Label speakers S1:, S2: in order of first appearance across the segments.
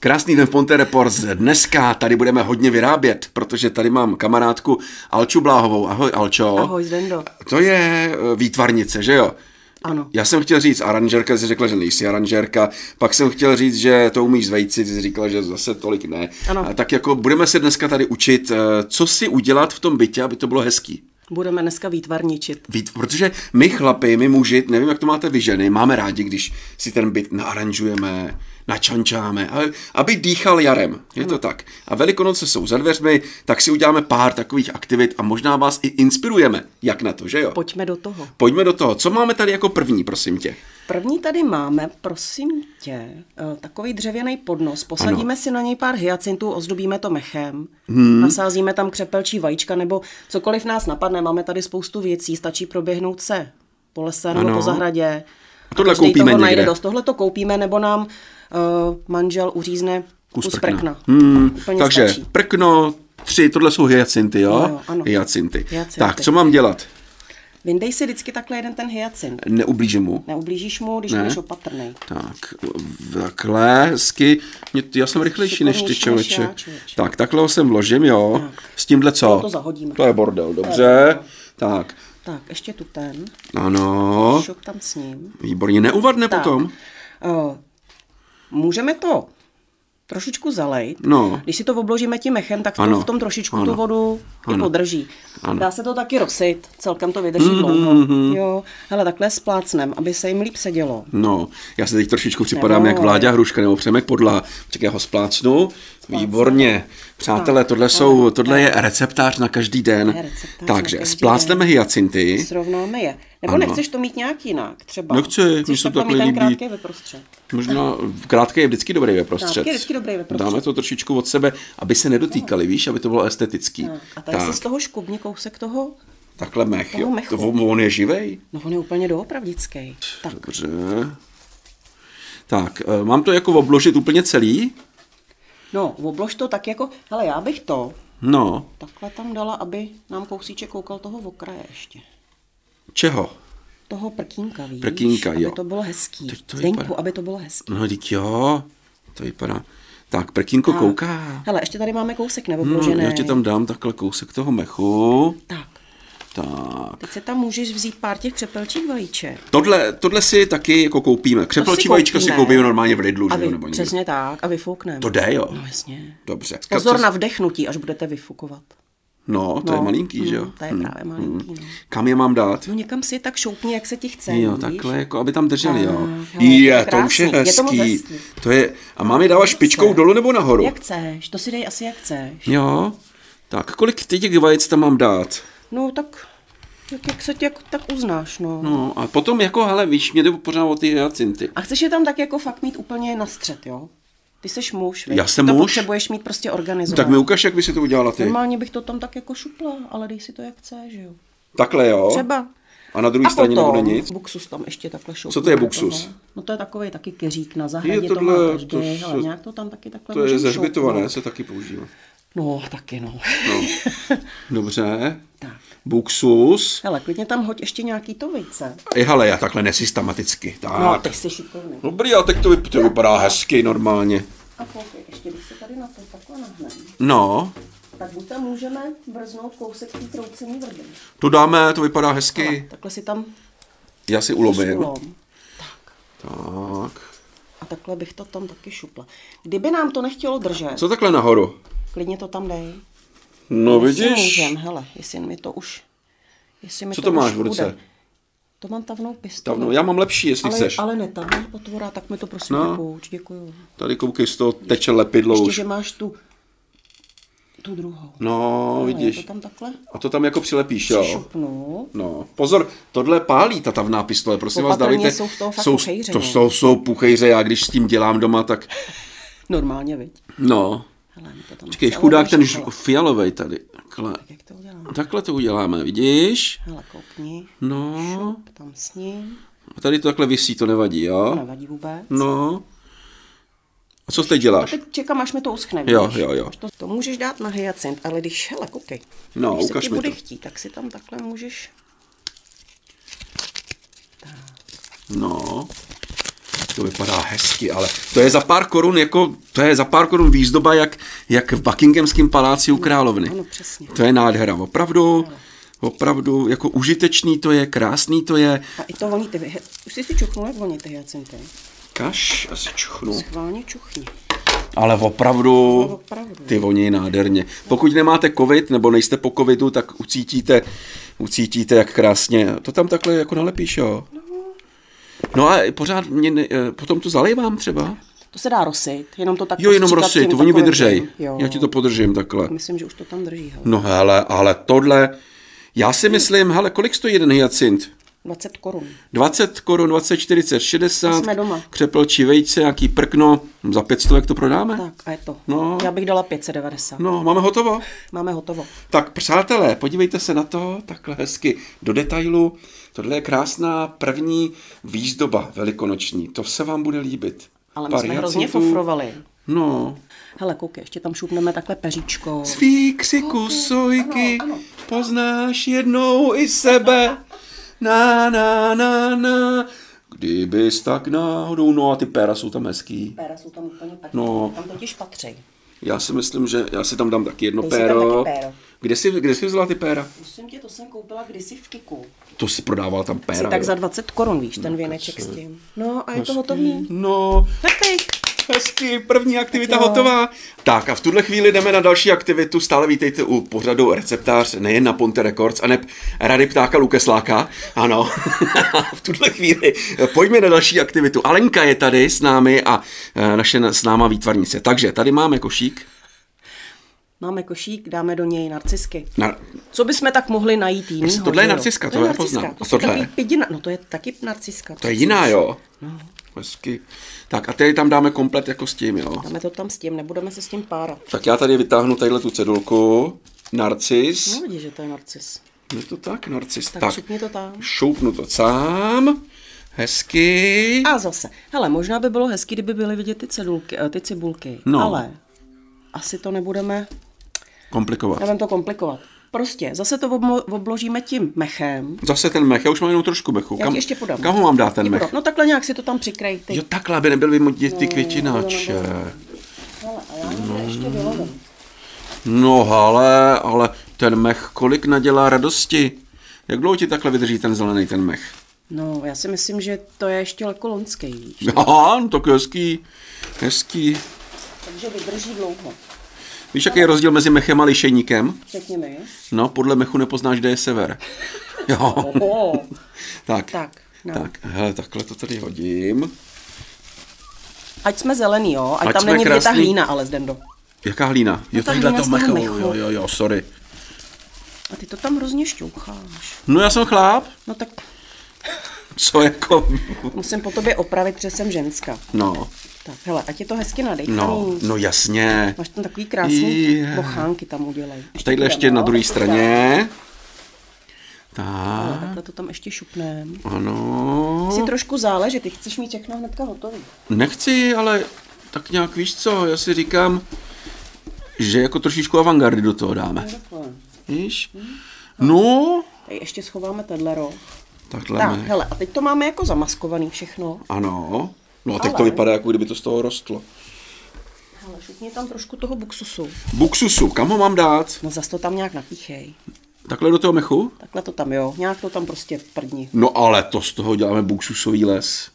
S1: Krásný den v Ponte Report dneska. Tady budeme hodně vyrábět, protože tady mám kamarádku Alču Bláhovou. Ahoj Alčo.
S2: Ahoj Zdendo.
S1: To je eh, výtvarnice, že jo?
S2: Ano.
S1: Já jsem chtěl říct aranžerka, jsi řekla, že nejsi aranžerka, pak jsem chtěl říct, že to umíš z vejci, ty jsi říkala, že zase tolik ne.
S2: Ano.
S1: A tak jako budeme se dneska tady učit, eh, co si udělat v tom bytě, aby to bylo hezký.
S2: Budeme dneska výtvarničit.
S1: Víc, protože my chlapi, my muži, nevím, jak to máte vy ženy, máme rádi, když si ten byt naaranžujeme, načančáme, ale aby dýchal jarem. Je to tak. A Velikonoce jsou za dveřmi, tak si uděláme pár takových aktivit a možná vás i inspirujeme. Jak na to, že jo?
S2: Pojďme do toho.
S1: Pojďme do toho. Co máme tady jako první, prosím tě?
S2: První tady máme, prosím tě, eh, takový dřevěný podnos. Posadíme si na něj pár hyacintů, ozdobíme to mechem, hmm. nasázíme tam křepelčí vajíčka nebo cokoliv nás napadne. Máme tady spoustu věcí, stačí proběhnout se po lese nebo
S1: Ano.
S2: po zahradě.
S1: A tohle
S2: Každý
S1: koupíme
S2: toho najde
S1: někde.
S2: dost. Tohle to koupíme nebo nám uh, manžel uřízne kus, kus prkna.
S1: Hmm,
S2: Úplně
S1: takže
S2: stačí.
S1: prkno, tři, tohle jsou hyacinty, jo?
S2: Jo, jo, ano.
S1: Hyacinty.
S2: Hyacinty.
S1: Tak, co mám dělat?
S2: Vyndej si vždycky takhle jeden ten hyacint.
S1: Neublížím mu.
S2: Neublížíš mu, když budeš opatrný.
S1: Tak, v- takhle, hezky. Mě- Já jsem rychlejší než ty,
S2: Šikovnější než já,
S1: člověče.
S2: člověče.
S1: Tak, takhle ho sem vložím, jo. S tímhle co?
S2: to zahodíme.
S1: To je bordel, dobře. Tak,
S2: Tak, ještě tu ten.
S1: ano.
S2: Šup tam s ním.
S1: Výborně, neuvadne potom.
S2: Tak. Uh, můžeme to trošičku zalejt.
S1: No.
S2: Když si to obložíme tím mechem, tak to
S1: Ano.
S2: v tom trošičku
S1: Ano.
S2: tu vodu i
S1: Ano.
S2: podrží.
S1: Ano. Mhm,
S2: Dá se to taky rozsejt, celkem to vydrží mm-hmm. dlouho. Jo, hele, takhle splácnem, aby se jim líp sedělo.
S1: No, já se teď trošičku připadám
S2: Neboj.
S1: jak Vláďa Hruška nebo Přemek Podla. Čekaj, já ho splácnu. Výborně. Přátelé, tohle, jsou, tohle je receptář na každý den.
S2: To je receptář na
S1: Takže
S2: každý
S1: splácneme hyacinty.
S2: Srovnáme je. Nebo
S1: Mhm. Ano.
S2: nechceš to mít nějak jinak třeba?
S1: Nechci, mně
S2: Chceš
S1: se to
S2: takhle mít
S1: takhle
S2: ten
S1: líbí.
S2: krátký vyprostřed.
S1: Možná v krátké je vždycky dobrý veprostřed.
S2: Krátké je vždycky dobrý veprostřed.
S1: Dáme to trošičku od sebe, aby se nedotýkali, víš, aby to bylo estetický.
S2: No, A tady si
S1: tak,
S2: z toho škubni kousek toho,
S1: takhle mech,
S2: toho
S1: jo.
S2: mechu.
S1: To, on on je živej?
S2: no on je úplně doopravdický. Tak,
S1: Dobře. Tak, eh, mám to jako obložit úplně celý?
S2: no, oblož to tak jako, hele, já bych to
S1: No,
S2: takhle tam dala, aby nám kousíček koukal toho v okraje ještě.
S1: čeho?
S2: Toho prkínka, víš?
S1: Prkínka,
S2: aby
S1: jo.
S2: to bylo hezký.
S1: Teď to
S2: To Zdeňku,
S1: vypadá.
S2: aby to bylo hezký.
S1: No, dík jo, to vypadá. Tak, prkínko kouká.
S2: Hele, ještě tady máme kousek
S1: No,
S2: neobložený.
S1: já ti tam dám takhle kousek toho mechu.
S2: Tak,
S1: Tak.
S2: teď se tam můžeš vzít pár těch křepelčích vajíček.
S1: Tohle, tohle si taky jako koupíme. Křepelčí vajíčka si
S2: koupíme.
S1: koupíme normálně v Lidlu,
S2: A
S1: že
S2: vy,
S1: jo, nebo někde.
S2: přesně tak, a vyfoukneme.
S1: To jde, jo.
S2: No jasně.
S1: Dobře.
S2: Pozor na vdechnutí, až budete vyfukovat.
S1: No, to no. je
S2: No,
S1: malinký,
S2: mm,
S1: že jo?
S2: to je
S1: Hm.
S2: právě malinký, no.
S1: Kam je mám dát?
S2: No někam si je tak šoupni, jak se ti chce,
S1: Jo,
S2: víš?
S1: takhle, jako aby tam drželi, jo.
S2: Tak, jo,
S1: Je,
S2: to je
S1: to už je
S2: krásný, je to moc
S1: hezký.
S2: hezký.
S1: To je, a mám je dávat špičkou
S2: se.
S1: dolů nebo nahoru?
S2: Jak chceš, to si dej asi jak chceš.
S1: Jo. Tak, kolik ty těch vajec tam mám dát?
S2: No tak, jak, jak se tě, jak, tak uznáš, no. no.
S1: No a potom jako, hele, víš, mě jde pořád o ty hyacinty.
S2: A chceš je tam tak jako fakt mít úplně na střed, jo? Ty jsi muž, viď?
S1: Já jsem
S2: to
S1: muž?
S2: potřebuješ mít prostě
S1: No,
S2: organizovat.
S1: tak mi ukáž, jak by si to udělala ty.
S2: Normálně bych to tam tak jako šupla, ale dej si to jak chceš, jo?
S1: Takhle, jo.
S2: Třeba.
S1: A na druhé
S2: A
S1: straně
S2: potom
S1: nebude nic.
S2: buksus tam ještě takhle šoupnu.
S1: Co to je
S2: do
S1: buksus?
S2: toho. No to je takový taky keřík na zahradě,
S1: Je
S2: to
S1: tohle-
S2: má každý,
S1: to
S2: to,
S1: se-
S2: hele, nějak to tam taky takhle
S1: To je
S2: můžem
S1: zažbitované,
S2: šoupnout.
S1: se taky používá.
S2: No, taky no.
S1: No. Dobře.
S2: Tak.
S1: Buxus.
S2: Hele, klidně tam hoď ještě nějaký to vejce.
S1: I hele, já takhle nesystematicky. Tak.
S2: No, ty jsi šikovný.
S1: Dobrý, a teď to, vyp- to vypadá hezky normálně.
S2: A koukej, ještě když se tady na to takhle nahnem,
S1: No,
S2: tak buď tam můžeme brznout kousek té kroucený vrby.
S1: to dáme, to vypadá hezky.
S2: Ale Takhle si tam
S1: Já si ulomím.
S2: skulom.
S1: Tak.
S2: A takhle bych to tam taky šupla. Kdyby nám to nechtělo držet,
S1: Co takhle nahoru?
S2: klidně to tam dej.
S1: No
S2: Jestli
S1: vidíš,
S2: Můžem, hele, jestli mi to už... Jestli mi
S1: Co
S2: to,
S1: to máš
S2: už
S1: v ruce?
S2: Bude. To mám tavnou pistoli.
S1: Tavno, já mám lepší, jestli
S2: ale,
S1: chceš.
S2: ale ne tavná potvora, tak mi to prosím
S1: No.
S2: no. pouč, děkuju.
S1: Tady koukej, z toho teče lepidlo
S2: Ještě,
S1: už.
S2: že máš tu, tu druhou.
S1: No,
S2: Hele, já
S1: vidíš.
S2: to tam takhle
S1: A to tam jako přilepíš, jo.
S2: šupnu.
S1: No, pozor, tohle pálí ta tavná pistole, prosím vás,
S2: Opatrně,
S1: dávejte.
S2: jsou z toho fakt puchejře,
S1: to,
S2: no.
S1: jsou, jsou puchejře, já když s tím dělám doma, tak
S2: Normálně, viď?
S1: no.
S2: Hele, mi to tam
S1: Počkej,
S2: celé
S1: chudák ten
S2: našuplo.
S1: ž- fialovej tady. Takhle,
S2: Tak jak to udělám?
S1: takhle to uděláme, vidíš?
S2: Hele, koukni.
S1: No,
S2: Šup, tam s ním.
S1: a tady to takhle visí, to nevadí,
S2: To
S1: jo?
S2: nevadí vůbec.
S1: No. A co teď
S2: A
S1: děláš?
S2: teď čekám, až mi to uschne.
S1: Jo,
S2: víš?
S1: jo, jo.
S2: To, to můžeš dát na hyacint, ale když, hele, koukej.
S1: No,
S2: když
S1: ukaž
S2: se ti
S1: mi
S2: bude
S1: to.
S2: chtít, tak si tam takhle můžeš
S1: No. To vypadá hezky, ale to je za pár korun, jako, to je za pár korun výzdoba, jak, jak v Buckinghamském paláci u královny.
S2: ano, přesně.
S1: To je nádhera, opravdu, opravdu, jako užitečný to je, krásný to je.
S2: A i to voní ty, hy- už jsi si čuchnul, jak voní ty hyacinty.
S1: Kaš, asi čuchnu.
S2: Schválně čuchni.
S1: Ale opravdu,
S2: opravdu.
S1: ty voní nádherně. Pokud nemáte covid, nebo nejste po covidu, tak ucítíte, ucítíte, jak krásně. To tam takhle jako nalepíš, jo? No a pořád mě, ne- eh, potom to zalévám třeba.
S2: To se dá rosit, jenom to tak
S1: Jo, jenom
S2: postříkat
S1: rosi,
S2: tím
S1: to oni
S2: takovým
S1: vydržej.
S2: tím. Jo.
S1: Já ti to podržím takhle.
S2: Myslím, že už to tam drží, hele.
S1: No hele, ale tohle, já si myslím, hele, kolik stojí jeden hyacint?
S2: 20 korun.
S1: 20 korun, 20, 40, 60.
S2: Jsme doma.
S1: Křepelčí vejce, nějaký prkno. Za 500 jak to prodáme?
S2: Tak a je to.
S1: No.
S2: Já bych dala 590.
S1: No, máme hotovo.
S2: Máme hotovo.
S1: Tak přátelé, podívejte se na to takhle hezky do detailu. Tohle je krásná první výzdoba velikonoční. To se vám bude líbit.
S2: Ale my
S1: Pár
S2: jsme hrozně
S1: hyacintů.
S2: fofrovali.
S1: No.
S2: Hele, koukej, ještě tam šupneme takhle peříčko.
S1: Svý křiku sojky
S2: ano, ano.
S1: poznáš jednou i sebe. Na, na, na, na. Kdybys tak náhodou, no a ty péra jsou tam hezký.
S2: Péra jsou tam úplně pekné.
S1: No.
S2: Tam totiž patří.
S1: Já si myslím, že já si tam dám taky jedno
S2: Dej si tam
S1: péro.
S2: taky péro.
S1: Kde jsi, kde jsi vzala ty péra?
S2: Musím tě, to jsem koupila kdysi v Kiku.
S1: To si prodávala tam
S2: Asi
S1: péra.
S2: tak
S1: jo.
S2: za 20 korun, víš, ten věneček s tím. No a je to hotový.
S1: No,
S2: Hezký.
S1: Hezky, první aktivita hotová. Tak a v tuhle chvíli jdeme na další aktivitu. Stále vítejte u pořadu Receptář nejen na Ponte Records a ne Rady ptáka Lukesláka. Ano, v tuhle chvíli pojďme na další aktivitu. Alenka je tady s námi a eh, naše známá výtvarnice. Takže tady máme košík.
S2: Máme košík, dáme do něj narcisky.
S1: Na,
S2: Co bychom tak mohli najít jinýho?
S1: Prostě tohle je
S2: že jo?
S1: narciska, to
S2: je
S1: já
S2: narciska,
S1: poznám.
S2: To
S1: A
S2: jsou
S1: tohle
S2: takový
S1: je?
S2: pidina, no to je taky narciska.
S1: to je jiná, jo? Hezky. Tak a tady tam dáme komplet jako s tím, jo?
S2: Dáme to tam s tím, nebudeme se s tím párat.
S1: Tak já tady vytáhnu tadyhle tu cedulku. Narcis.
S2: No vidíš, že to je narcis.
S1: Je to tak, narcis.
S2: Tak,
S1: tak.
S2: šupni to tam.
S1: šoupnu to sám, hezky.
S2: A zase, hele, možná by bylo hezký, kdyby byly vidět ty, cedulky, eh, ty cibulky,
S1: No.
S2: no. ale asi to nebudeme,
S1: Komplikovat.
S2: nebudeme to komplikovat. Prostě, zase to obmo- obložíme tím mechem.
S1: Zase ten mech, já už mám jenom trošku mechu.
S2: Já ti ještě podám.
S1: kam ho mám dát ten mech?
S2: No takhle nějak si to tam přikrej. Ty.
S1: Jo, takhle, aby nebyl vymotit ty květináče.
S2: Hele, a já no. ještě vylovím.
S1: No ale, ale ten mech kolik nadělá radosti. Jak dlouho ti takhle vydrží ten zelený ten mech?
S2: No, já si myslím, že to je ještě jako lonský, víš.
S1: Aha, no tak hezký, hezký.
S2: Takže vydrží dlouho.
S1: Víš, jaký je rozdíl mezi mechem a lišejníkem?
S2: Řekni mi.
S1: No, podle mechu nepoznáš, kde je sever. Jo,
S2: O,
S1: tak.
S2: tak, no.
S1: Tak, hele, takhle to tady hodím.
S2: ať jsme zelený, jo?
S1: Ať
S2: Ať, Ať tam
S1: jsme
S2: není vidět ta
S1: krásný.
S2: hlína, ale Zdendo.
S1: Jaká hlína? Jo,
S2: No ta
S1: tadyhle
S2: hlína
S1: to
S2: z toho
S1: mechovo,
S2: mechu.
S1: jo, jo, jo, sorry.
S2: A ty to tam hrozně šťoucháš.
S1: No já jsem chláp,
S2: No tak
S1: co jako...
S2: musím po tobě opravit, protože jsem ženská.
S1: No,
S2: Tak, hele, ať je to hezky nadejchaný.
S1: no, no jasně.
S2: Máš tam takový krásný
S1: Je.
S2: yeah. bochánky tam udělej.
S1: Tadyhle ještě
S2: budeme,
S1: na
S2: jo?
S1: druhé
S2: Tak to
S1: straně.
S2: tam- Ale
S1: Tak,
S2: No, Takhle to tam ještě šupnem.
S1: ano.
S2: Si trošku záleží, ty chceš mít všechno hnedka hotový.
S1: Nechci, ale tak nějak víš co, já si říkám, že jako trošičku avantgardy do toho dáme.
S2: Takhle.
S1: Víš?
S2: Mhm.
S1: No,
S2: Tady ještě schováme tenhle roh.
S1: takhle
S2: Tak,
S1: ne.
S2: hele, a teď to máme jako zamaskovaný všechno.
S1: Ano. No a teď to
S2: Ale-
S1: vypadá, jako kdyby to z toho rostlo.
S2: Hele, šupni tam trošku toho buksusu.
S1: Buksusu, kam ho mám dát?
S2: No zas to tam nějak napíchej.
S1: Takhle do toho mechu?
S2: Takhle to tam, jo. Nějak to tam prostě prdni.
S1: No ale to z toho děláme buksusový les.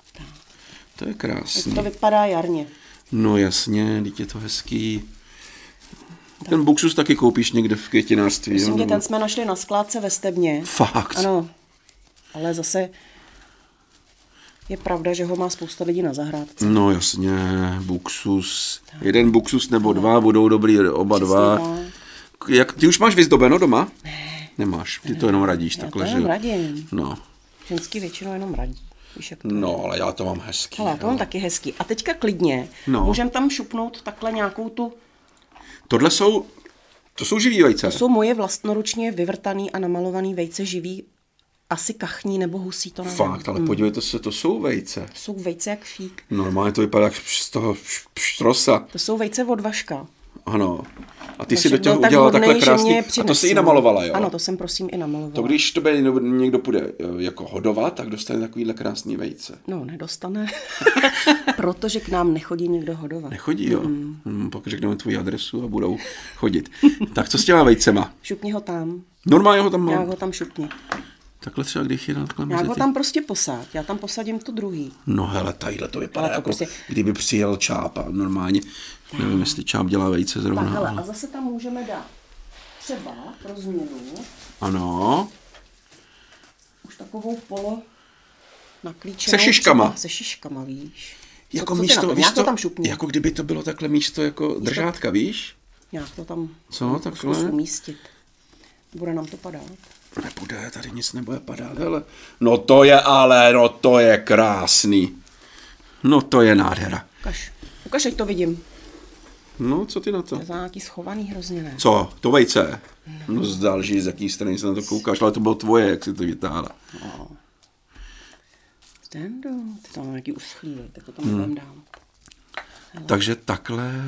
S1: To je
S2: Teď to
S1: krásný.
S2: vypadá jarně.
S1: No jasně, teď je to hezký. Ten buksus taky koupíš někde v květinářství.
S2: Myslím,
S1: jo,
S2: že
S1: nebo-
S2: ten jsme našli na skládce ve Stebně.
S1: Fakt.
S2: Ano. Ale zase je pravda, že ho má spousta lidí na zahrádce.
S1: No jasně, buksus. Jeden buksus nebo dva budou dobrý, oba dva.
S2: tak.
S1: K- Jak, ty už máš vyzdobeno doma? Ne. Nemáš, ty to jenom radíš
S2: Já to
S1: takhle,
S2: jenom
S1: že?
S2: radím.
S1: No.
S2: Ženský většinou jenom radí. Víš, jak to je.
S1: no, ale já to mám hezký.
S2: Hele, já to mám
S1: jo.
S2: taky hezký. A teďka klidně
S1: No.
S2: no. můžem tam šupnout takhle nějakou tu...
S1: Tohle jsou, to jsou živý vejce.
S2: Jsou moje vlastnoručně vyvrtaný a namalovaný vejce živý. Asi kachní nebo husí, to nevím.
S1: Fakt, ale podívejte se, to jsou vejce.
S2: Jsou vejce jak fík.
S1: Normálně to vypadá jak z toho štrosa.
S2: To jsou vejce od vaška.
S1: Ano. A ty si do
S2: no,
S1: toho udělala takhle krásný. A to si i namalovala, jo?
S2: Ano, to jsem prosím i namalovala.
S1: To když tebe někdo bude eh, jako hodovat, tak dostane takovýhle krásný vejce.
S2: No, nedostane, protože k nám nechodí nikdo hodovat.
S1: Nechodí, jo? Hmm, pak řekneme tvoji adresu a budou chodit. tak co s těma vejcema?
S2: Šupni ho tam,
S1: Normálně ho tam
S2: já
S1: mám.
S2: ho tam šupni.
S1: Takhle třeba, když je na takhle
S2: Já
S1: mezi
S2: ho
S1: ty-
S2: tam prostě posád, já tam posadím tu druhý.
S1: No hele, tadyhle to vypadá
S2: Ale to
S1: jako,
S2: prostě-
S1: kdyby přijel čápa normálně. Nevím, jestli čáp dělá vejce zrovna.
S2: Tak, hele,
S1: ale-
S2: a zase tam můžeme dát třeba pro změnu
S1: Ano.
S2: už takovou polo naklíčenou.
S1: Se šiškama.
S2: třeba- Se šiškama, víš.
S1: Jako
S2: ty
S1: místo,
S2: na to?
S1: víš
S2: Nějak to
S1: co,
S2: tam šupni.
S1: jako kdyby to bylo takhle místo jako držátka, víš?
S2: Nějak to tam
S1: Co,
S2: zkus
S1: takhle?
S2: umístit. Bude nám to padat.
S1: Nebude, tady nic nebude padat, hele. No to je ale, no to je krásný. No to je nádhera.
S2: Ukaž, ukaž, ať to vidím.
S1: No, co ty na to?
S2: To je za nějaký schovaný hrozně, ne?
S1: Co, to vejce? No zdalží, z jaký strany se na to koukáš, ale to bylo tvoje, jak jsi to vytáhla.
S2: No. Ten do, ty tam nějaký uschlý, tak to tam hmm. dám.
S1: Takže takhle,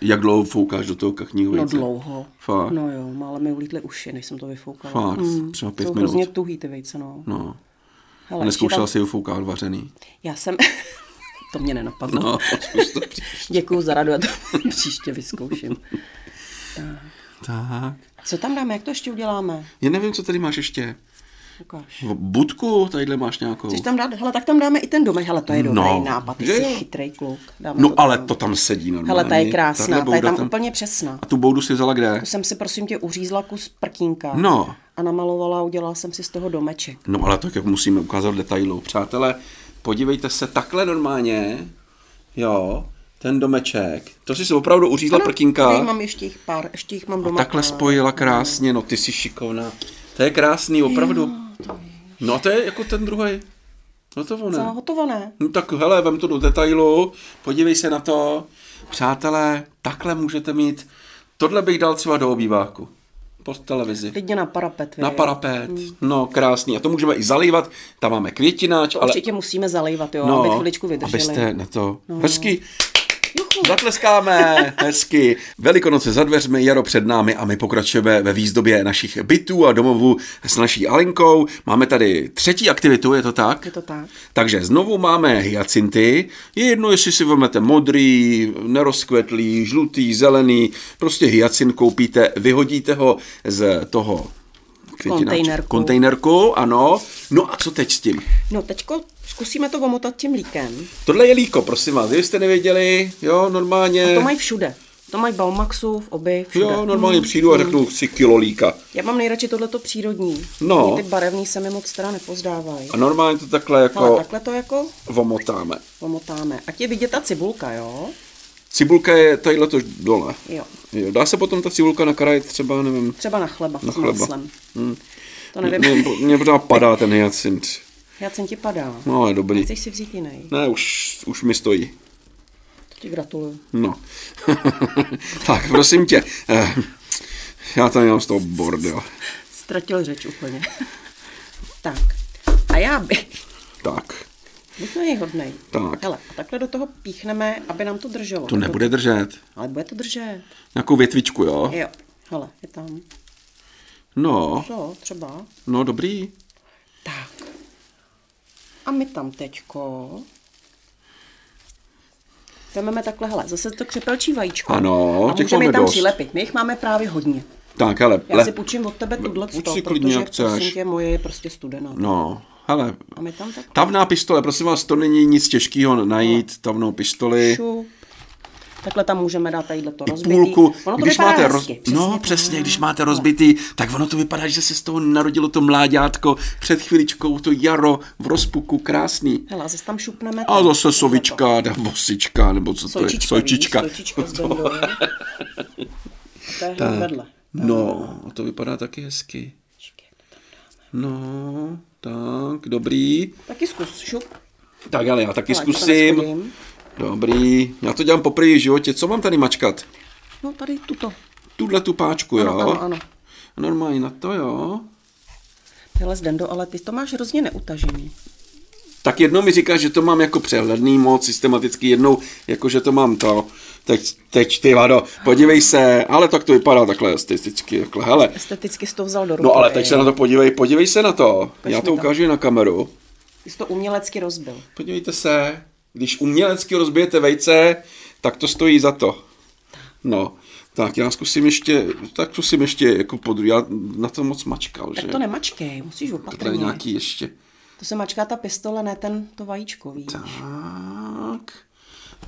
S1: jak dlouho foukáš do toho kachního
S2: No
S1: vejce?
S2: dlouho.
S1: Fakt?
S2: No jo, málem mi ulítly uši, než jsem to vyfoukala. Hmm.
S1: Fakt? Třeba pět
S2: Jsou
S1: minut?
S2: hrozně tuhý ty vejce, no.
S1: No.
S2: Hele,
S1: A
S2: ještě
S1: neskoušela
S2: tam-
S1: jsi ho foukat vařený.
S2: Já jsem... to mě nenapadlo.
S1: No, zkus to při-
S2: Děkuju za radu, já to příště vyzkouším.
S1: Tak.
S2: Co tam dáme, jak to ještě uděláme?
S1: Já nevím, co tady máš ještě.
S2: Ukáž.
S1: V budku, tadyhle máš nějakou.
S2: Chceš tam dát, hele, tak tam dáme i ten domek, hele, to je dobrý
S1: No,
S2: nápad, ty
S1: že
S2: jsi
S1: jo.
S2: chytrý kluk. Dáme
S1: No
S2: to
S1: ale
S2: tam.
S1: to tam sedí normálně.
S2: Hele, ta je
S1: Tahle
S2: krásná, ta je
S1: bouda
S2: tam, úplně Prostě. přesná.
S1: A tu boudu si vzala kde?
S2: Tu jsem si, prosím tě, uřízla kus prkínka.
S1: No.
S2: A namalovala, udělala jsem si z toho domeček.
S1: No ale tak jak musíme ukázat v detailu. Přátelé, podívejte se takhle normálně. Jo, ten domeček. To si si opravdu uřízla
S2: Tady
S1: prkínka.
S2: mám ještě jich pár, ještě jich mám
S1: A
S2: doma.
S1: takhle
S2: pár.
S1: spojila krásně, no ty jsi šikovná. To je krásný, opravdu. No a to je jako ten druhý. No to ono.
S2: No, hotovo ne?
S1: No tak hele, vem to do detailu, podívej se na to. Přátelé, takhle můžete mít, tohle bych dal třeba do obýváku, pod televizi.
S2: Klidně na parapet.
S1: Na
S2: vy.
S1: parapet,
S2: Hmm.
S1: no krásný. A to můžeme i zalívat, tam máme květináč,
S2: To
S1: ale...
S2: určitě musíme zalejvat, jo,
S1: No,
S2: aby chviličku vydrželi.
S1: abyste na to...
S2: No.
S1: Hezky,
S2: Juchu.
S1: Zatleskáme, hezky. Velikonoce za dveřmi, jaro před námi a my pokračujeme ve výzdobě našich bytů a domovů s naší Alenkou. Máme tady třetí aktivitu, je to tak?
S2: Je to tak.
S1: Takže znovu máme hyacinty. Je jedno, jestli si vezmete modrý, nerozkvetlý, žlutý, zelený. Prostě hyacint koupíte, vyhodíte ho z toho květináče-
S2: Kontejnerku.
S1: kontejnerku. Ano. No a co teď s tím?
S2: No, teďko zkusíme to omotat tím líkem.
S1: Tohle je líko, prosím vás. Kdybyste nevěděli, jo, normálně...
S2: To mají všude. To mají v Baumaxu, v oby, všude.
S1: Eh.
S2: Mm, Mhm.
S1: Jo, normálně přijdu a řeknu, chci kilo líka.
S2: Já mám nejradši tohleto přírodní.
S1: No.
S2: Ty barevný se mi moc teda nepozdávají.
S1: A normálně to takhle
S2: Ale
S1: jako
S2: takhle to jako
S1: omotáme.
S2: pomotáme. Ať je vidět ta cibulka, jo?
S1: Cibulka je tadyhle to dole.
S2: Jo.
S1: Jo, dá se potom ta cibulka nakrájet třeba, nevím,
S2: Třeba na chleba
S1: Na
S2: s
S1: chleba. Hmm. No,
S2: maslem. To nevím.
S1: mě, mě pořád padá ten hyacint.
S2: Já jsem ti padá.
S1: No, je dobrý.
S2: Chceš si vzít jiný?
S1: Ne, už, už mi stojí.
S2: To ti gratuluju.
S1: No. tak, prosím tě. eh, Já tam mám z toho bordel.
S2: Ztratil řeč úplně. tak. A já bych...
S1: Tak,
S2: Buďme jej hodnej.
S1: Tak.
S2: Hele, a takhle do toho píchneme, aby nám to drželo.
S1: to nebude držet.
S2: Ale bude to držet.
S1: Nějakou větvičku, jo?
S2: Jo. Hele, je tam.
S1: No,
S2: Co, třeba?
S1: no dobrý.
S2: Tak. A my tam teďko... Vezmeme takhle, hele, zase to křepelčí vajíčko.
S1: Ano,
S2: a
S1: těch
S2: můžeme
S1: máme
S2: je tam
S1: dost.
S2: přilepit. My jich máme právě hodně.
S1: Tak, hele,
S2: Já
S1: le-
S2: si půjčím od tebe tuhle
S1: Půjč
S2: sto,
S1: si klidně,
S2: protože
S1: jak chceš.
S2: prosím tě, moje je prostě studená.
S1: No, hele,
S2: A my tam tak
S1: Tavná pistole, prosím vás, to není nic těžkého najít tavnou pistoli.
S2: šup. Takhle tam můžeme dát tadyhle to
S1: I
S2: rozbitý.
S1: půlku,
S2: Ono to
S1: když
S2: vypadá
S1: máte
S2: hezky, přesně
S1: no
S2: tak.
S1: přesně, když máte rozbitý, tak ono to vypadá, že se z toho narodilo to mláďátko před chviličkou, to jaro v rozpuku, krásný.
S2: Hele, a zase tam šupneme.
S1: A
S2: ten-
S1: zase sovička, nebo vosička, nebo co to je,
S2: Sojčička,
S1: sojčička.
S2: víš, Sojčička z Bendolu. To je hned vedle.
S1: No, to vypadá taky hezky. No, tak, dobrý.
S2: Taky zkus, šup.
S1: Tak ale já taky
S2: Hele, ať to
S1: zkusím.
S2: neschodím.
S1: Dobrý, já to dělám poprvé v životě. Co mám tady mačkat?
S2: No tady tuto.
S1: Tuhle tu páčku,
S2: Ano,
S1: jo?
S2: ano, ano.
S1: Normálně na to, jo?
S2: Hele, Zdendo, ale ty to máš hrozně neutažený.
S1: Tak jednou mi říká, že to mám jako přehledný moc, systematicky jednou, jako že to mám to. teď, teď ty vado, podívej se, ale tak to vypadá takhle esteticky, takhle, hele.
S2: Esteticky jsi to vzal do ruky.
S1: No ale
S2: ty.
S1: teď se na to podívej, podívej se na to,
S2: Ukaž
S1: já
S2: mi
S1: to
S2: to.
S1: ukážu na kameru.
S2: Ty Jsi to umělecky rozbil.
S1: Podívejte se, když umělecky rozbijete vejce, tak to stojí za to. No, tak já zkusím ještě, tak zkusím ještě jako pod, já na to moc mačkal, že?
S2: Tak to nemačkej, musíš
S1: Takhle
S2: opatrně.
S1: nějaký ještě.
S2: To se mačká ta pistole, ne ten to vajíčko, víš.
S1: Tak.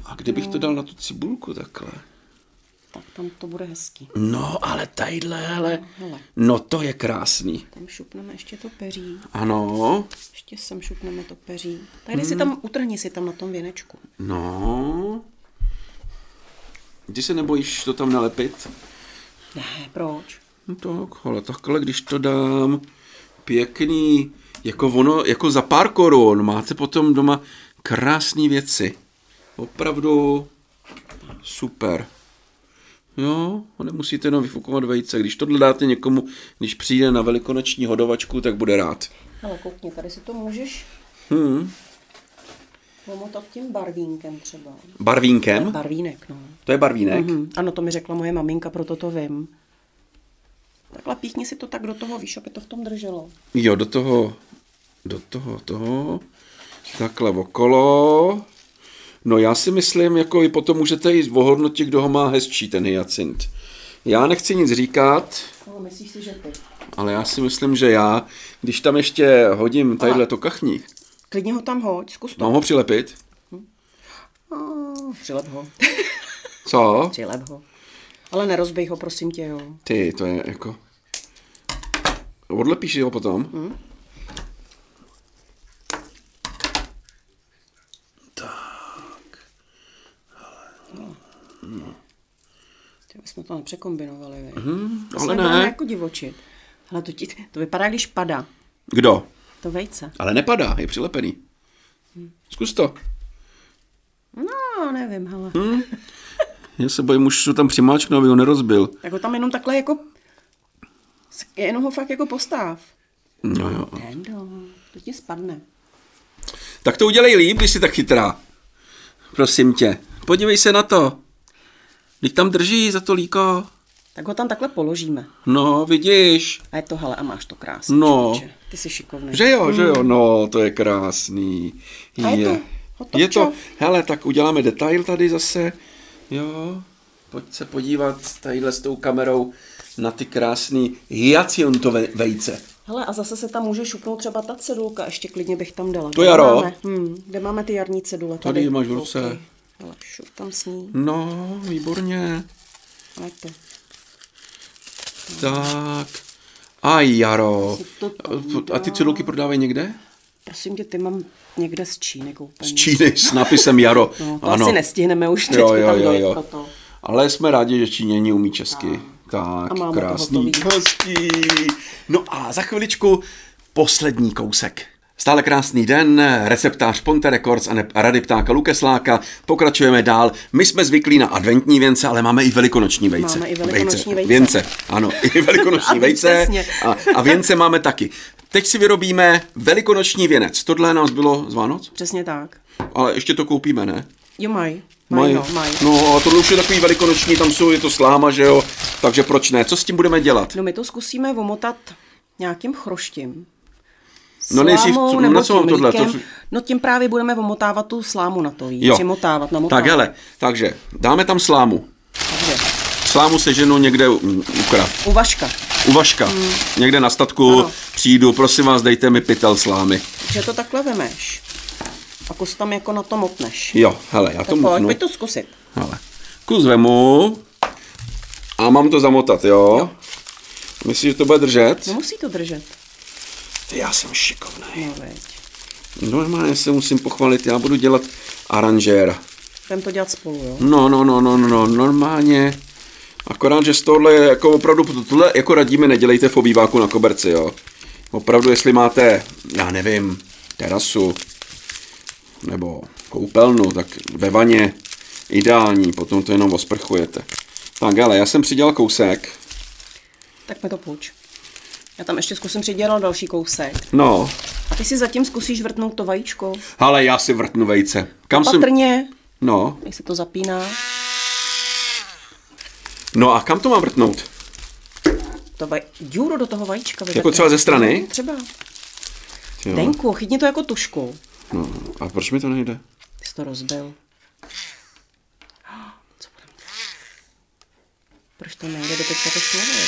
S1: A kdybych to dal na tu cibulku takhle?
S2: Tak tam to bude hezký.
S1: No, ale tadyhle, hele.
S2: Hele.
S1: No to je krásný.
S2: Tam šupneme ještě to peří.
S1: Ano,
S2: Ještě sem šupneme to peří. Tady si tam, utrhni si tam na tom věnečku.
S1: no. Ty se nebojíš to tam nalepit?
S2: Ne, proč?
S1: No tak, ale takhle, když to dám, pěkný, jako ono, jako za pár korun, máte potom doma krásné věci. Opravdu super. Jo, a nemusíte jenom vyfukovat vejce. Když tohle dáte někomu, když přijde na velikonoční hodovačku, tak bude rád.
S2: Ale No, koukni, tady si to můžeš
S1: Hmm.
S2: pomotat tím barvínkem třeba.
S1: Barvínkem?
S2: Barvínek, no.
S1: To je barvínek?
S2: Mhm. Ano, to mi řekla moje maminka, proto to vím. Takhle píchni si to tak do toho, víš, aby to v tom drželo.
S1: Jo, do toho, do toho, toho, takhle okolo. No já si myslím, jako i potom můžete i ohodnotit, kdo ho má hezčí, ten hyacint. Já nechci nic říkat,
S2: No, myslíš si, že ty?
S1: ale já si myslím, že já, když tam ještě hodím tadyhle to kachní,
S2: Klidně ho tam hoď, zkus to.
S1: mám ho přilepit?
S2: No. Přilep ho.
S1: Co?
S2: Přilep ho. Ale nerozbej ho, prosím tě, jo.
S1: Ty, to je jako... Odlepíš ho potom? Hmm.
S2: Ty my jsme to nepřekombinovali, vej. To
S1: Ale
S2: se nedá
S1: ne.
S2: jako divočit. Ale to, ti, to vypadá, když padá.
S1: Kdo?
S2: To vejce.
S1: Ale nepadá, je přilepený. Zkus to.
S2: No, nevím, hele.
S1: Já se bojím, už to tam přimáčknu, aby ho nerozbil.
S2: Tak ho tam jenom takhle jako... Jenom ho fakt jako postav.
S1: No jo.
S2: Tendo, to ti spadne.
S1: Tak to udělej líp, když jsi tak chytrá. Prosím tě, podívej se na to. Teď tam drží za to líko.
S2: Tak ho tam takhle položíme.
S1: No, vidíš.
S2: A je to, hele, a máš to krásně.
S1: No.
S2: člověče. Ty jsi šikovný.
S1: Že jo, že jo, no, to je krásný.
S2: A je to hotov,
S1: je to,
S2: čau.
S1: hele, tak uděláme detail tady zase. Jo, pojď se podívat tadyhle s tou kamerou na ty krásný hyacientové vejce.
S2: Hele, a zase se tam může šupnout třeba ta cedulka, ještě klidně bych tam dala.
S1: To jaro.
S2: Máme, hm, kde máme ty jarní cedule?
S1: Tady
S2: Tady,
S1: máš v ruce.
S2: Koukej. Hele, šup tam s ní.
S1: No, výborně.
S2: Ale to.
S1: Tak. A jaro.
S2: Co to tam
S1: A ty cedulky prodávají někde?
S2: Prosím tě, ty mám někde z Číny koupený.
S1: Z Číny s nápisem Jaro.
S2: No, to ano. asi nestihneme už teď
S1: Jo, jo,
S2: tam
S1: jo,
S2: dojet
S1: jo.
S2: pro to.
S1: Ale jsme rádi, že Číněni umí česky. Tak,
S2: A máme to
S1: krásný
S2: hotový.
S1: hostí. No a za chviličku poslední kousek. Stále krásný den, receptář Ponte Records a ne- a rady ptáka Lukesláka. Pokračujeme dál. My jsme zvyklí na adventní věnce, ale máme i velikonoční vejce.
S2: Máme i velikonoční vejce.
S1: Věnce, ano, i velikonoční
S2: Ano,
S1: vejce.
S2: přesně.
S1: A, a věnce máme taky. Teď si vyrobíme velikonoční věnec. Tohle nás bylo z Vánoc?
S2: Přesně tak.
S1: Ale ještě to koupíme, ne?
S2: Jo, maj. Maj, no, maj.
S1: No a tohle už je takový velikonoční, tam jsou, je to sláma, že jo? Takže proč ne? Co s tím budeme dělat?
S2: No my to zkusíme omotat nějakým chroštím.
S1: No nejdřív,
S2: Slámou
S1: co-
S2: nebo
S1: na co mám
S2: tím
S1: tohle? To-
S2: líkem. No tím právě budeme omotávat tu slámu na to, víš, přimotávat, namotávat.
S1: tak hele, takže dáme tam slámu.
S2: Takže,
S1: Slámu seženu někde u, u krav,
S2: u Vaška.
S1: u vaška, někde na statku
S2: Hmm. Ano.
S1: přijdu, prosím vás, dejte mi pytel slámy.
S2: Že to takhle vemeš. A kus tam jako na to motneš.
S1: Jo, hele, já to
S2: tak pojď,
S1: mutnu.
S2: pojď to zkusit.
S1: Hele, kus vemu a mám to zamotat, jo? jo. Myslíš, že to bude držet?
S2: No musí to držet.
S1: Ty, já jsem šikovný.
S2: No veď.
S1: Normálně se musím pochvalit, já budu dělat aranžéra.
S2: Budeme to dělat spolu, jo?
S1: No, no, no, no, no, no, normálně. Akorát, že z tohle je jako opravdu, tohle jako radíme, nedělejte v obýváku na koberci, jo. Opravdu, jestli máte, já nevím, terasu nebo koupelnu, tak ve vaně ideální, potom to jenom osprchujete. Tak, ale já jsem přidělal kousek,
S2: Tak mi to půjč. Já tam ještě zkusím přidělat další kousek.
S1: no,
S2: A ty si zatím zkusíš vrtnout to vajíčko.
S1: ale já si vrtnu vejce. Kam jsem,
S2: Patrně,
S1: no,
S2: jak se to zapíná.
S1: No a kam to mám vrtnout?
S2: To vaj... Díru do toho vajíčka. vyvrtne.
S1: Jako třeba ze strany?
S2: Třeba.
S1: Jo.
S2: Denku, chytni to jako tušku.
S1: No, a proč mi to nejde?
S2: Ty jsi to rozbil. Co budem dělat? Proč to nejde do teďka to směli?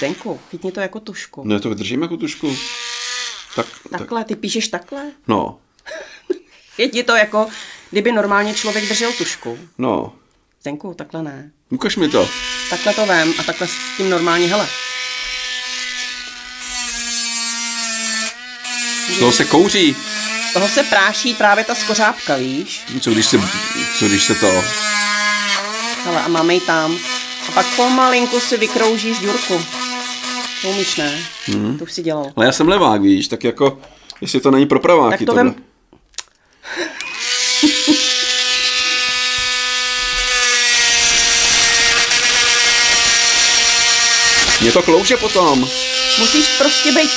S2: Denku, chytni to jako tušku.
S1: No, já to vydržím jako tušku. Tak, tak.
S2: Takhle, ty píšeš takhle?
S1: No,
S2: Chytni to jako, kdyby normálně člověk držel tušku.
S1: no.
S2: Zdenku, takhle ne.
S1: Ukaž mi to.
S2: Takhle to vem a takhle s tím normálně, hele.
S1: Z toho se kouří.
S2: Z toho se práší právě ta skořápka, víš?
S1: Co když se, co když se to...
S2: Hele, a máme ji tam. A pak pomalinku si vykroužíš Jurku. To umíš, ne? Hmm. To už si dělal.
S1: Ale já jsem levák, víš, tak jako, jestli to není pro
S2: Tak
S1: praváky
S2: to
S1: tohle.
S2: vem...
S1: Mě to klouže potom.
S2: Musíš prostě být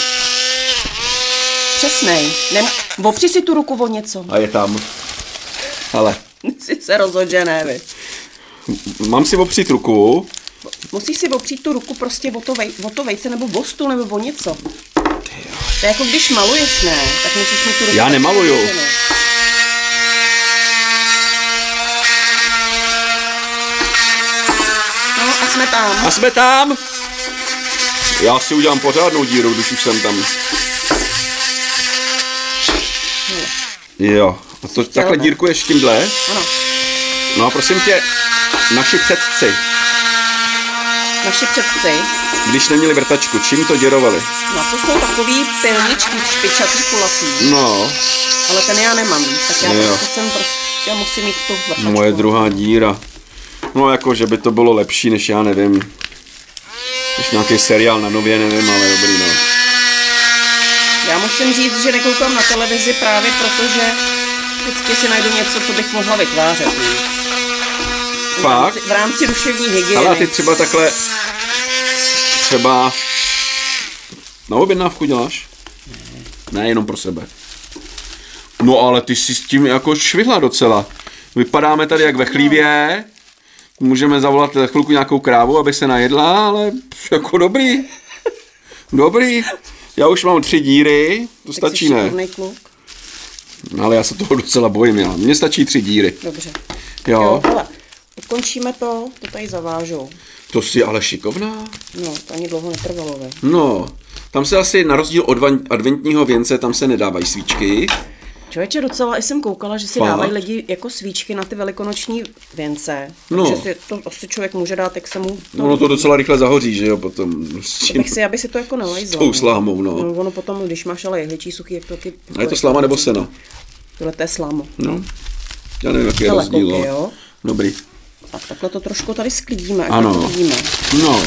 S2: přesnej. Nem... Opři si tu ruku o něco.
S1: A je tam. Ale,
S2: Jsi se rozhodl, že ne, vy.
S1: mám si opřít ruku.
S2: Musíš si opřít tu ruku prostě o to, vej, o to vejce, nebo o stůl, nebo o něco. To je jako když maluješ, ne? Tak musíš mít tu ruku.
S1: Já nemaluju.
S2: No a jsme tam.
S1: A jsme tam! Já si udělám pořádnou díru, když už jsem tam. Jo, a to takhle
S2: ne?
S1: dírkuješ tímhle?
S2: Ano.
S1: No a prosím tě, naši předci,
S2: Naši předci,
S1: když neměli vrtačku, čím to děrovali?
S2: no to jsou takový pilničky, špičatý, kulatý.
S1: No,
S2: Ale ten já nemám, víš, tak já
S1: Jo.
S2: prostě jsem prostě, já musím mít tu vrtačku.
S1: moje druhá díra. No jako, že by to bylo lepší, než já nevím. Než nějaký seriál na nově, nevím, ale dobrý, no.
S2: Já musím říct, že nekoukám na televizi právě proto, že vždycky si najdu něco, co bych mohla vytvářet. víš. V
S1: Fakt?
S2: rámci, v rámci duševní hygieny.
S1: Ale a ty třeba takhle, třeba na objednávku děláš? Ne, jenom pro sebe. No ale ty jsi s tím jako švihla docela. Vypadáme tady jak ve chlívě. Můžeme zavolat za chvilku nějakou krávu, aby se najedla, ale pff, jako dobrý. Dobrý. Já už mám tři díry, to
S2: Tak jsi
S1: stačí ne.
S2: šikovnej kluk.
S1: No, ale já se toho docela bojím, já. Mně stačí tři díry.
S2: Dobře. Jo,
S1: Jo,
S2: hele, ukončíme to, to tady zavážu.
S1: to jsi ale šikovná.
S2: No, to ani dlouho netrvalo, ve.
S1: No, tam se asi na rozdíl od van- adventního věnce, tam se nedávají svíčky.
S2: Člověče, docela i jsem koukala, že si
S1: Fakt?
S2: dávají lidi jako svíčky na ty velikonoční věnce.
S1: No.
S2: No. Takže si to asi člověk může dát, jak se mu...
S1: No, ono to docela rychle zahoří, že jo, potom s tím.
S2: Tak si, aby si to jako nelejzlo.
S1: tou
S2: no.
S1: slámou, no.
S2: no. ono potom, když máš ale jehličí suchý, jak to ty...
S1: A je to sláma nebo seno?
S2: Tohle to je slámo.
S1: No, já nevím, jaký je
S2: Hele,
S1: rozdíl.
S2: koukej,
S1: ale-
S2: jo.
S1: Dobrý.
S2: Tak takhle to trošku tady sklidíme, ať
S1: Ano.
S2: to vidíme.
S1: No,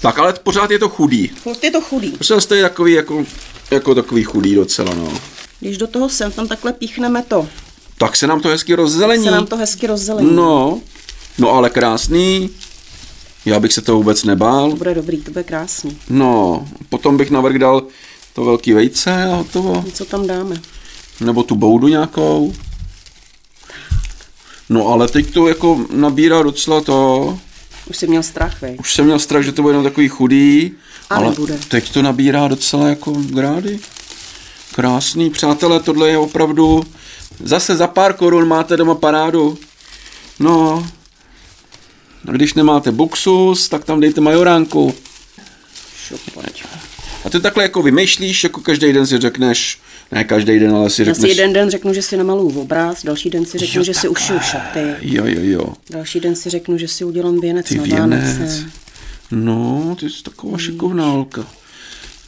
S1: tak ale pořád je to chudý.
S2: Furt je to chudý.
S1: Prostě jste takový jako, jako takový chudý docela, no.
S2: Když do toho sem tam takhle píchneme to,
S1: Tak se nám to hezky rozzelení.
S2: se nám to hezky rozzelení.
S1: No, no ale krásný. Já bych se to vůbec nebál.
S2: To bude dobrý, to bude krásný.
S1: No, potom bych navrh dal to velký vejce a hotovo.
S2: Co tam dáme?
S1: Nebo tu boudu nějakou. No ale teď to jako nabírá docela to.
S2: Už jsi měl strach, vej.
S1: Už jsem měl strach, že to bude jenom takový chudý.
S2: A
S1: ale
S2: nebude.
S1: teď to nabírá docela jako grády. Krásný, přátelé, tohle je opravdu... Zase za pár korun máte doma parádu. No, a když nemáte buxus, tak tam dejte majoránku.
S2: Šupač.
S1: A ty takhle jako vymýšlíš, jako každý den si řekneš, ne každý den, ale si
S2: Já si
S1: řekneš,
S2: jeden den řeknu, že si namaluju obraz, další den si řeknu, že si ušiju šaty,
S1: jo, jo, jo,
S2: další den si řeknu, že si udělám věnec
S1: ty
S2: na
S1: věnec.
S2: Vánoce.
S1: No, ty jsi taková šikovná holka.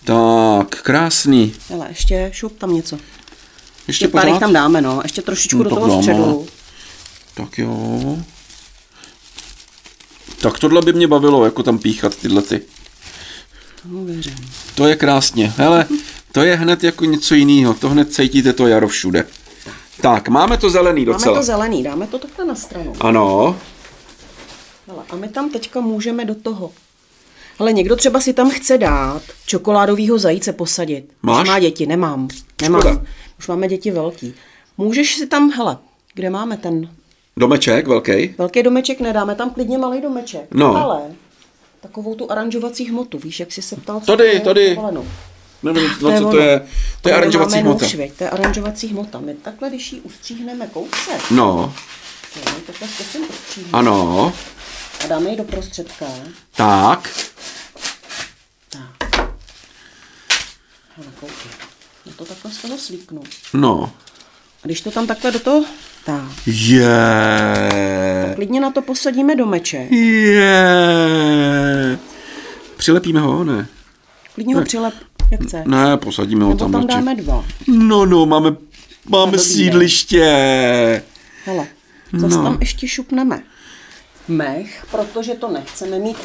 S1: Tak, krásný.
S2: Ale ještě šup tam něco.
S1: Ještě
S2: Ještě pár jich
S1: pořád?
S2: tam dáme, no. Ještě trošičku
S1: No
S2: do
S1: tak
S2: toho
S1: dáme.
S2: středu.
S1: Tak jo. Tak tohle by mě bavilo, jako tam píchat tyhle ty.
S2: Tomu věřím.
S1: To je krásně. Hele, to je hned jako něco jiného. To hned cítíte to jaro všude. Tak, máme to zelený
S2: Máme
S1: docela.
S2: to zelený, dáme to takhle na stranu.
S1: Ano.
S2: Hele, a my tam teďka můžeme do toho. Ale někdo třeba si tam chce dát čokoládovýho zajíce posadit.
S1: Máš?
S2: Už má děti, nemám. Nemám.
S1: Škoda.
S2: Už máme děti velký. Můžeš si tam, hele, kde máme ten
S1: Domeček velký.
S2: Velký domeček nedáme, tam klidně malý domeček.
S1: No.
S2: Ale takovou tu aranžovací hmotu, víš, jak jsi se ptal, co
S1: Tady,
S2: to je
S1: tady.
S2: povoleno.
S1: Nevím,
S2: To
S1: no,
S2: je
S1: co to
S2: ono.
S1: je. To je
S2: My
S1: aranžovací
S2: máme
S1: hmota.
S2: Nůž, veď, to je aranžovací hmota. My takhle, když ji ustříhneme kousek,
S1: No,
S2: jo, takhle zkusím ustříhnout
S1: ano,
S2: a dáme ji do prostředka.
S1: tak.
S2: Tak. Hele, koukej. Já to takhle z toho slíknu.
S1: No.
S2: A když to tam takhle do toho... Tak.
S1: Je.
S2: Klidně na to posadíme domeček.
S1: Je. Přilepíme ho, ne?
S2: Klidně ho přilep, jak chceš.
S1: Ne, posadíme ho
S2: Nebo
S1: tam,
S2: tam
S1: radši.
S2: dáme dva.
S1: No, no, máme, máme
S2: Dobrý, ne?
S1: sídliště.
S2: Hele, zase
S1: No.
S2: no. tam ještě šupneme. Mech, protože to nechceme mít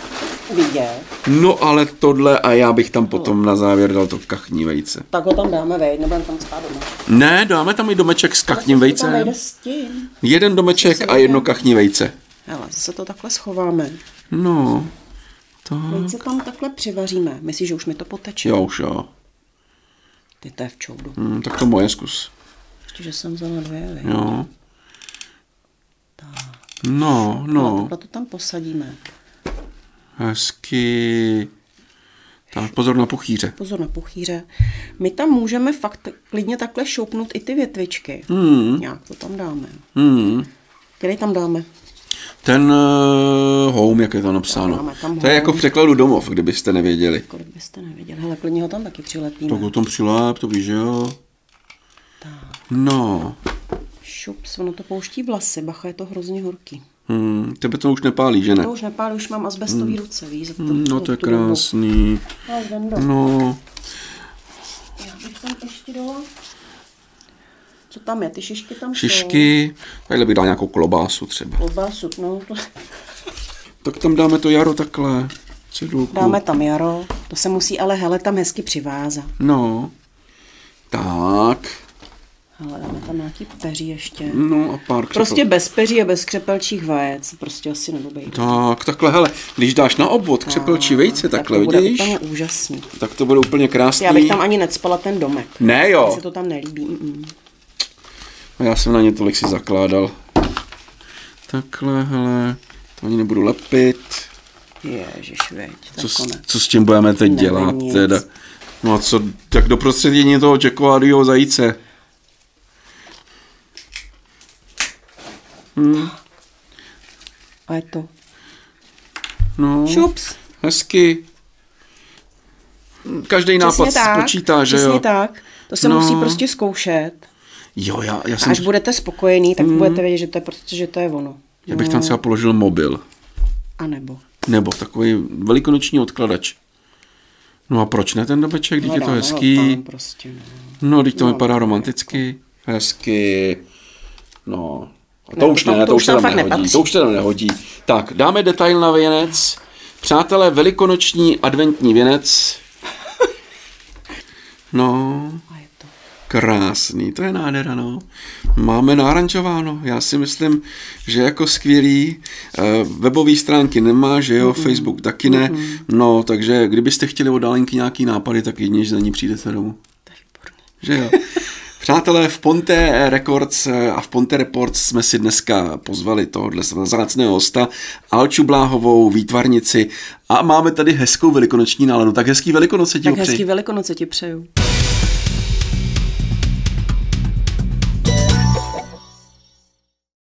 S2: vidět,
S1: No, ale tohle a já bych tam potom na závěr dal to kachní vejce.
S2: tak ho tam dáme vejt, nebudeme tam spát doma.
S1: Ne, dáme tam i domeček s kachním
S2: Zase to Tam
S1: vejcem.
S2: vejde s tím.
S1: Jeden domeček a jedno kachní vejce.
S2: Hele, zase to takhle schováme.
S1: No, to...
S2: Vejce tam takhle přivaříme. Myslíš, že už mi to poteče?
S1: Jo, už jo.
S2: Ty to je v čoudu.
S1: Hm, tak to moje zkus.
S2: Ještě, že jsem vzala dvě, vej.
S1: Jo. No, no,
S2: Takhle to tam posadíme.
S1: hezky. Tak pozor na puchýře.
S2: Pozor na puchýře. My tam můžeme fakt klidně takhle šoupnout i ty větvičky.
S1: Hmm,
S2: Nějak to tam dáme.
S1: hmm.
S2: Který tam dáme?
S1: Ten uh, home, jak je to napsáno.
S2: Máme tam
S1: To je
S2: home.
S1: jako v překladu domov, kdybyste nevěděli.
S2: Kolik byste nevěděli. Hele, klidně ho tam taky přilepíme.
S1: Tak o tom přiláp, to víš, že jo? No,
S2: Šups, ono to pouští vlasy, bacha, je to hrozně horký.
S1: hmm, tebe to už nepálí, že ne?
S2: To už nepálí, už mám asbestový ruce, víš? za to-
S1: Hmm, No to je
S2: tu dobu.
S1: krásný.
S2: Ale Zendo,
S1: No,
S2: Já bych tam ještě dala... Co tam je? Ty šišky tam jsou.
S1: šišky. Takhle bych dal nějakou klobásu třeba.
S2: Klobásu, no. to-
S1: Tak tam dáme to jaro takhle. Cedulku.
S2: Dáme tam jaro, to se musí ale hele tam hezky přivázat.
S1: No. Tak.
S2: Hele, dáme tam nějaký peří ještě.
S1: No a pár křepel.
S2: Prostě bez peří a bez křepelčích vajec, prostě asi neobejde.
S1: Tak, takhle, hele, když dáš na obvod křepelčí vejce, takhle,
S2: No, tak to bude
S1: vidíš?
S2: úplně úžasný.
S1: Tak to bude úplně krásný.
S2: Já bych tam ani necpala ten domek.
S1: Ne
S2: Mně
S1: jo,
S2: se to tam nelíbí. Mm-mm.
S1: A já jsem na ně tolik si zakládal. Takhle, hele, to ani nebudu lepit.
S2: Ježiš, veď, to
S1: Co,
S2: je
S1: s-
S2: konec.
S1: co s tím budeme teď
S2: Nevím
S1: dělat
S2: nic.
S1: teda? No a co, tak do prostředění toho čokoládového zajíce.
S2: A je to.
S1: No,
S2: Šups.
S1: hezky. Každý nápad
S2: Přesně tak,
S1: spočítá, že
S2: přesně
S1: jo?
S2: tak. To se
S1: No.
S2: no. musí prostě zkoušet.
S1: Jo, já, já
S2: A
S1: jsem,
S2: až budete spokojený, tak mm.
S1: Mhm.
S2: budete vědět, že to je prostě, že to je ono.
S1: já bych tam třeba položil mobil.
S2: A nebo.
S1: Nebo takový velikonoční odkladač. No a proč ne ten domeček, když je to
S2: Hledám,
S1: hezký?
S2: hledám Prostě, no.
S1: No, teď to no, vypadá romanticky. Hezky. No. A to
S2: Ne,
S1: už
S2: to-
S1: ne, to,
S2: to
S1: to
S2: už
S1: už se
S2: tam
S1: tam
S2: fakt
S1: nehodí.
S2: nepatří.
S1: To už se tam nehodí. Tak, dáme detail na věnec. Přátelé, velikonoční adventní věnec. No,
S2: A je to.
S1: krásný, to je nádhera, no. Máme naranžováno, já si myslím, že jako skvělý. Eh, Webové stránky nemá, že jo, Facebook taky ne. No, takže kdybyste chtěli od Dalenky nějaký nápady, tak jedině, že za ní přijdete domů.
S2: To je výborný.
S1: Že jo. Přátelé, v Ponte Records eh, a v Ponte Reports jsme si dneska pozvali tohohle zácného hosta, Alču Bláhovou, výtvarnici a máme tady hezkou velikonoční náladu. Tak hezký velikonoce ti
S2: Tak
S1: ho přeji.
S2: hezký velikonoce ti přeju.